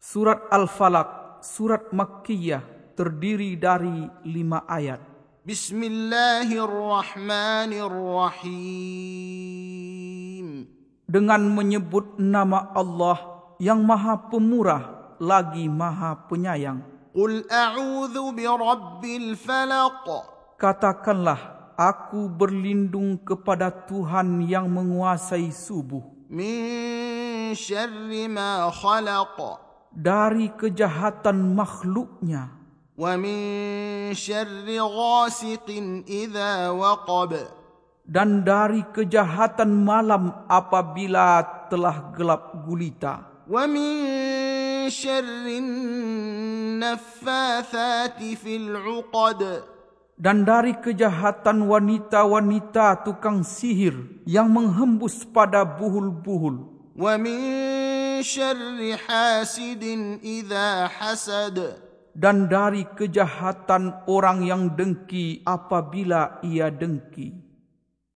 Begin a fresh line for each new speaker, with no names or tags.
Surat Al-Falaq, surat Makkiyah terdiri dari lima ayat.
بسم الله الرحمن الرحيم
Dengan menyebut nama Allah yang maha pemurah lagi maha penyayang.
قل أعوذ برب الفلق
Katakanlah, aku berlindung kepada Tuhan yang menguasai subuh.
من شر ما خلق
Dari kejahatan makhluknya
ومن شر غاسق إذا وقب
dan dari kejahatan malam apabila telah gelap gulita
ومن شر النفاثات في العقد
dan dari kejahatan wanita-wanita tukang sihir yang menghembus pada buhul-buhul
ومن شر حاسد إذا حسد
dan dari kejahatan orang yang dengki apabila ia dengki